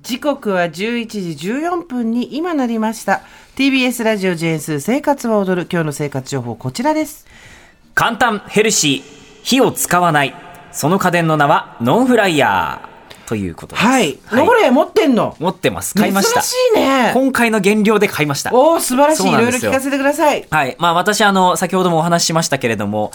時刻は11時14分に今なりました TBS ラジオジェンス生活は踊る今日の生活情報こちらです簡単ヘルシー火を使わないその家電の名はノンフライヤーということですはい、ノブレ持ってんの持ってます買いました珍しいね今回の原料で買いましたおお素晴らしいそういなんろいでろ聞すよかせてくださいはい。まあ私、あの、先ほどもお話ししましたけれども、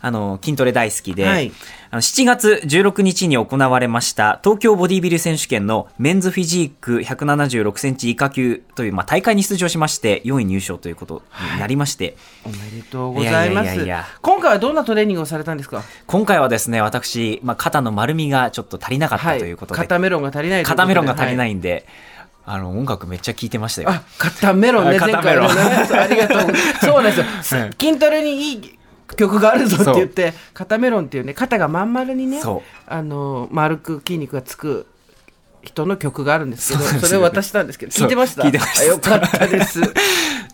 あの、筋トレ大好きで、はいあの7月16日に行われました東京ボディビル選手権のメンズフィジーク176センチ以下級という、まあ、大会に出場しまして、4位入賞ということになりまして、おめでとうございますいやいやいやいや今回はどんなトレーニングをされたんですか今回はですね、私、まあ、肩の丸みがちょっと足りなかったということで、肩メロンが足りないということで肩メロンが足りないいんで、あの、音楽めっちゃ聴いてましたよ。あ肩メロンねあ前肩メ回ロのンねそうありがと うそうなんですようん筋トレにいい曲があるぞって言って肩メロンっていうね肩がまん丸にねそうあの丸く筋肉がつく人の曲があるんですけどそうなんですそよれを渡したんですけどそう聞いてました聞いてましたあよかったです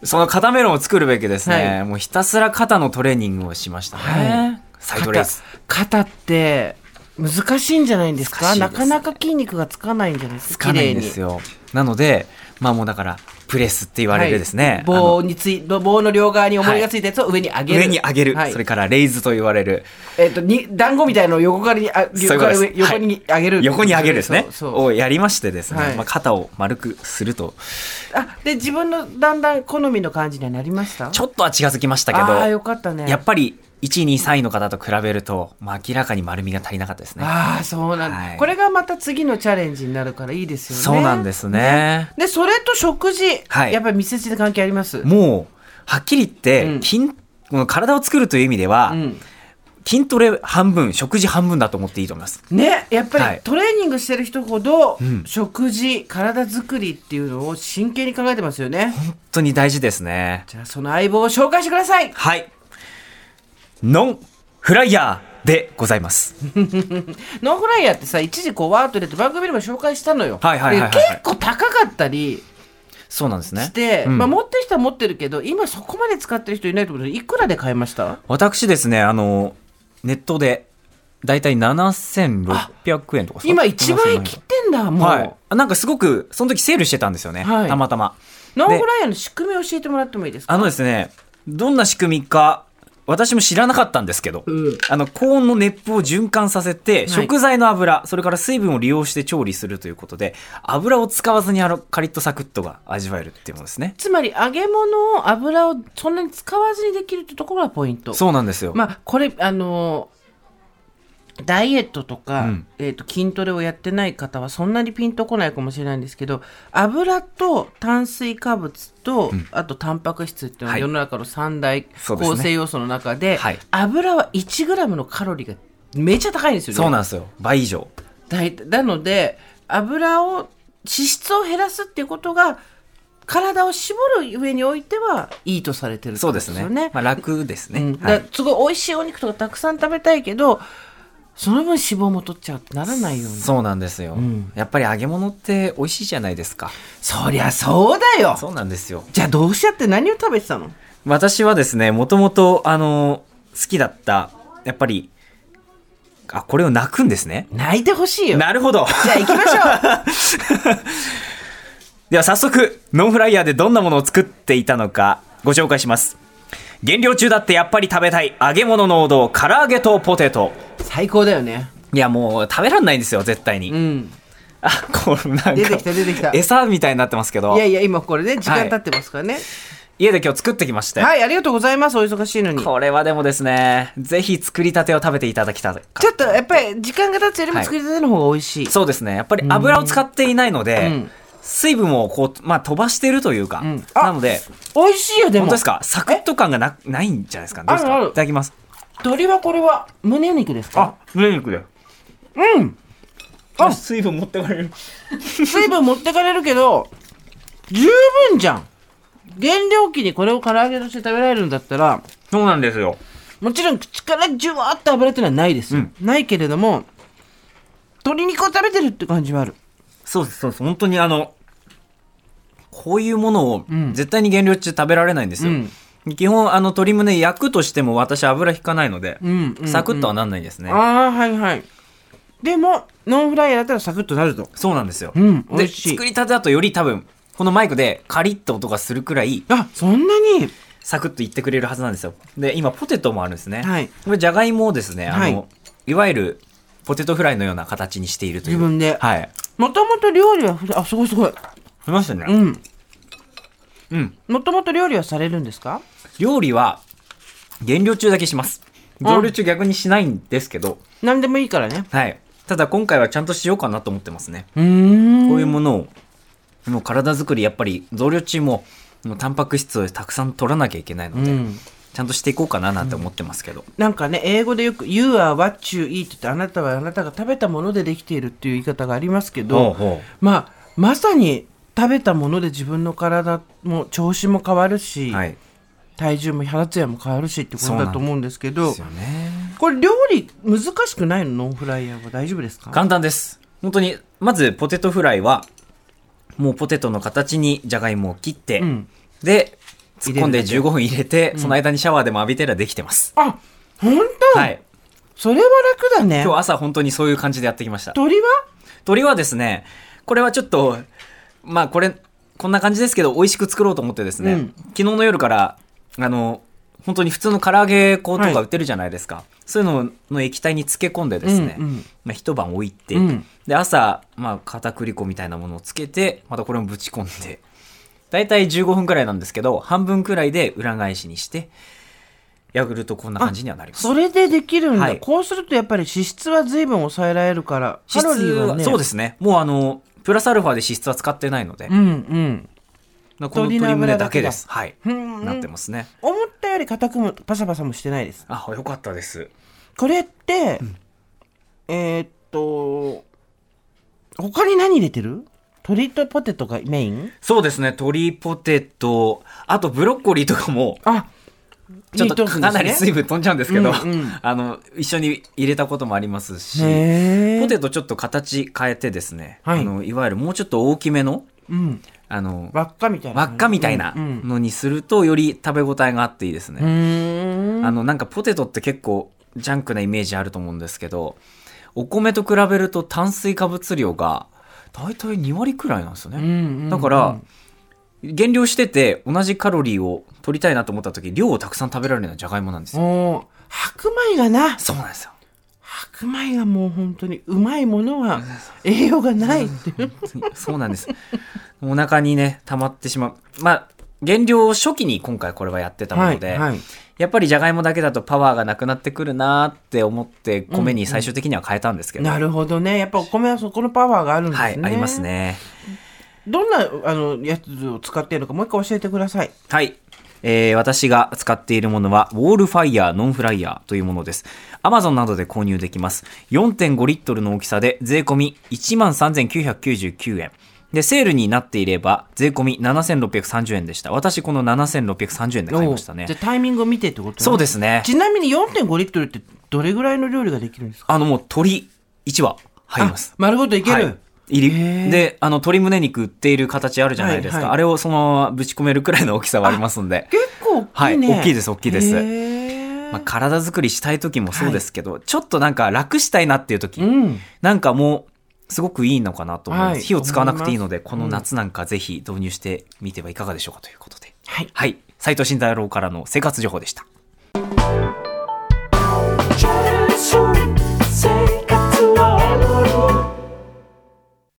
その肩メロンを作るべきですね、はいもうひたすら肩のトレーニングをしましたね。はいサイドレース。肩肩って難しいんじゃないんですか難しいでなすかなか筋肉がつかないんじゃないですつかか綺ない麗んにですよ。なので、まあもうだから、プレスって言われるですね。はいあの棒につい棒の両側に重りがついたやつを上に上げる、上に上げる、はいそれからレイズと言われる、えっ、とに団子みたいのを横からにあそうい横うかことらです上横に上げる、横に上げるですね、そうそうをやりましてですね、はいまあ、肩を丸くすると、あで自分のだんだん好みの感じにはなりましたちょっとは近づきましたけああよど、かったねやっぱり1位、2位、3位の方と比べると、まあ、明らかに丸みが足りなかったですね。ああそうなんだ、はいこれがまた次のチャレンジになるからいいですよねそうなんですね。でそれと食事、はいやっぱり密接に関係ありますもう、はっきり言って、うん筋この体を作るという意味では、うん筋トレ半分、食事半分だと思っていいと思います。ねやっぱり、はいトレーニングしてる人ほど、ん食事体作りっていうのを真剣に考えてますよね本当に大事ですね。じゃあその相棒を紹介してくださいはい。ノンフライヤーでございます。ノンフライヤーってさ一時こうワーッと出て番組でも紹介したのよ、はいはいはいはいで結構高かったりそうなんですね。して、うんまあ、持ってる人は持ってるけど今そこまで使ってる人いないと思うけどいくらで買いました私ですね、あの、ネットで、だいたい7600円とかそ今一番円切っ7700てんだ円もう、はい。あなんかすごく、その時セールしてたんですよね。はいたまたま。ノンフライヤーの仕組み教えてもらってもいいですかあのですね、どんな仕組みか、私も知らなかったんですけど、うんあの、高温の熱風を循環させて、い食材の油、それから水分を利用して調理するということで、油を使わずにあの、カリッとサクッとが味わえるっていうものですね。つまり揚げ物を油をそんなに使わずにできるってところがポイントそうなんですよ。まあこれあのーダイエットとか、うんえー、と筋トレをやってない方はそんなにピンとこないかもしれないんですけど油と炭水化物と、あとタンパク質っていうのははい世の中の三大そうですね構成要素の中ではい油は 1g のカロリーがめちゃ高いんですよね。そうなんですよ。倍以上。だいなので油を脂質を減らすっていうことが体を絞る上においてはいいとされてるってそこうとですね。よまあ楽ですね。うん、はいだすごい美味しいお肉とかたくさん食べたいけどその分脂肪も取っちゃうってならないようにそうなんですよ、んやっぱり揚げ物って美味しいじゃないですか。そりゃそうだよそうなんですよ。じゃあどうしやって何を食べてたの私はですね、もともと、あの、好きだった、やっぱり、あ、これを泣くんですね。泣いてほしいよなるほど。 じゃあ行きましょうでは早速、ノンフライヤーでどんなものを作っていたのか、ご紹介します。減量中だってやっぱり食べたい揚げ物の王道、唐揚げとポテト。 最高だよねいや、もう食べらんないんですよ、絶対に。うんあ、これなんか。出てきた出てきた餌みたいになってますけど。いやいや今これね時間経ってますからね家で今日作ってきまして。はい、ありがとうございますお忙しいのにちょこれはでもですね、ぜひ作りたてを食べていただきたい。っとやっぱり時間が経つよりも作りたての方が美味しい、そうですね。やっぱり油を使っていないので、うん水分をこう、まあ飛ばしてるというか、んあなので、美味しいよでも本当ですかサクッと感がなないんじゃないですかどうですあかるあいるただきます。鶏はこれは胸肉ですか、胸肉で。うんあ水分持ってかれる。水分持ってかれるけど十分じゃん原料期にこれを唐揚げとして食べられるんだったらそうなんですよ。もちろん口からジュワーっと油っていうのはないですよ、ないけれども鶏肉を食べてるって感じはあるそうです、そうです。本当にあの、こういうものを絶対に減量中食べられないんですよ。基本、あの、鶏胸焼くとしても私油引かないので、んうんうんサクッとはなんないですね。ああはいはいでもノンフライヤーだったらサクッとなるとそうなんですよ。うん美で、味しい作りたてだとより多分、このマイクでカリッと音がするくらい、あそんなにサクッといってくれるはずなんですよ。で、今、ポテトもあるんですね。はいこれ、じゃがいもをですね、あの、はいい、わゆる、ポテトフライのような形にしているという。自分ではい。もともと料理はふあすごいすごいありましたね。うんうんもともと料理はされるんですか料理は、減量中だけします。増量中逆にしないんですけど、何でもいいからねはい。ただ今回はちゃんとしようかなと思ってますね。うーんこういうものを、もう体作り、やっぱり増量中も、もうタンパク質をたくさん取らなきゃいけないので、うんちゃんとしていこうかななんて思ってますけど。なんかね英語でよく「You are what you eat」ってあなたはあなたが食べたものでできているっていう言い方がありますけど、ほうほまあまさに食べたもので自分の体も調子も変わるし、はい。体重も肌ツヤも変わるしってことだと思うんですけどですよね。これ料理難しくないのノンフライヤーは大丈夫ですか簡単です。本当に、まずポテトフライは、もうポテトの形にじゃがいもを切って、うんで、突っ込んで入れる15分入れて、その間にシャワーでも浴びてりゃできてます。あ本当、はい。それは楽だね今日朝本当にそういう感じでやってきました。鳥は鳥はですね、これはちょっと、まあこれ、こんな感じですけど、美味しく作ろうと思ってですね、うん昨日の夜から、あの、本当に普通の唐揚げ粉とはいか売ってるじゃないですか。そういうのの液体に漬け込んでですね、うんうんまあ、一晩置いて、うんで、朝、まあ片栗粉みたいなものをつけて、またこれもぶち込んで、だいたい15分くらいなんですけど、半分くらいで裏返しにして、やるとこんな感じにはなります。それでできるんだ、はいこうするとやっぱり脂質は随分抑えられるからカ脂ロリ質ーはは、ねそうですすね。もうあの、プラスアルファで脂質は使ってないので、うんうんこの鶏胸だけです。はい。うんうんなってますね。思ったより硬くもパサパサもしてないですあ、よかったです。これって、えーっと他に何入れてる鶏とポテトがメインそうですね。鶏ポテト、あとブロッコリーとかも、あちょっとかなり水分飛んじゃうんですけど、うんうん あの、一緒に入れたこともありますし、へポポテテトちょっと形変えてですね、はいあのいわゆるもうちょっと大きめの、うんあの、輪っかみたいな輪っかみたいなうんうんのにすると、より食べ応えがあっていいですね。うーんあの、なんかポテトって結構ジャンクなイメージあると思うんですけど、お米と比べると炭水化物量が大体2割くらいなんですようんね。うんうんだから、減量してて同じカロリーを取りたいなと思った時、量をたくさん食べられるのはじゃがいもなんですよ。もう白米がなそうなんですよ。白米がもう本当にうまいものは栄養がないっていうそうなんです。お腹にね、溜まってしまう。まあ、減量初期に今回これはやってたもので、はいはいやっぱりじゃがいもだけだとパワーがなくなってくるなーって思って、米に最終的には変えたんですけど。なるほどねやっぱお米はそこのパワーがあるんですはねい、ありますね。どんなあのやつを使っているのかもう一回教えてくださいはい。えー私が使っているものは、ウォールファイヤーノンフライヤーというものです。Amazon などで購入できます。4.5リットルの大きさで、税込み13,999円。で、セールになっていれば、税込み7,630円でした。私、この7,630円で買いましたおうねじゃ。あタイミングを見てってことねそうですね。ちなみに4.5リットルってどれぐらいの料理ができるんですかあの、もう鶏1羽入りますあ。丸ごといける、はい入へりーで、あの、鶏胸肉売っている形あるじゃないですか。はいはいあれをそのままぶち込めるくらいの大きさはありますんで。結構大きいね、はい大きいです大きいですへーまあ、体作りしたい時もそうですけど、ちょっとなんか楽したいなっていう時、うんなんかもうすごくいいのかなと思います、はい火を使わなくていいの思でいますこの夏なんかぜひ導入してみてはいかがでしょうかということで、はいはい斉藤慎太郎からの生活情報でした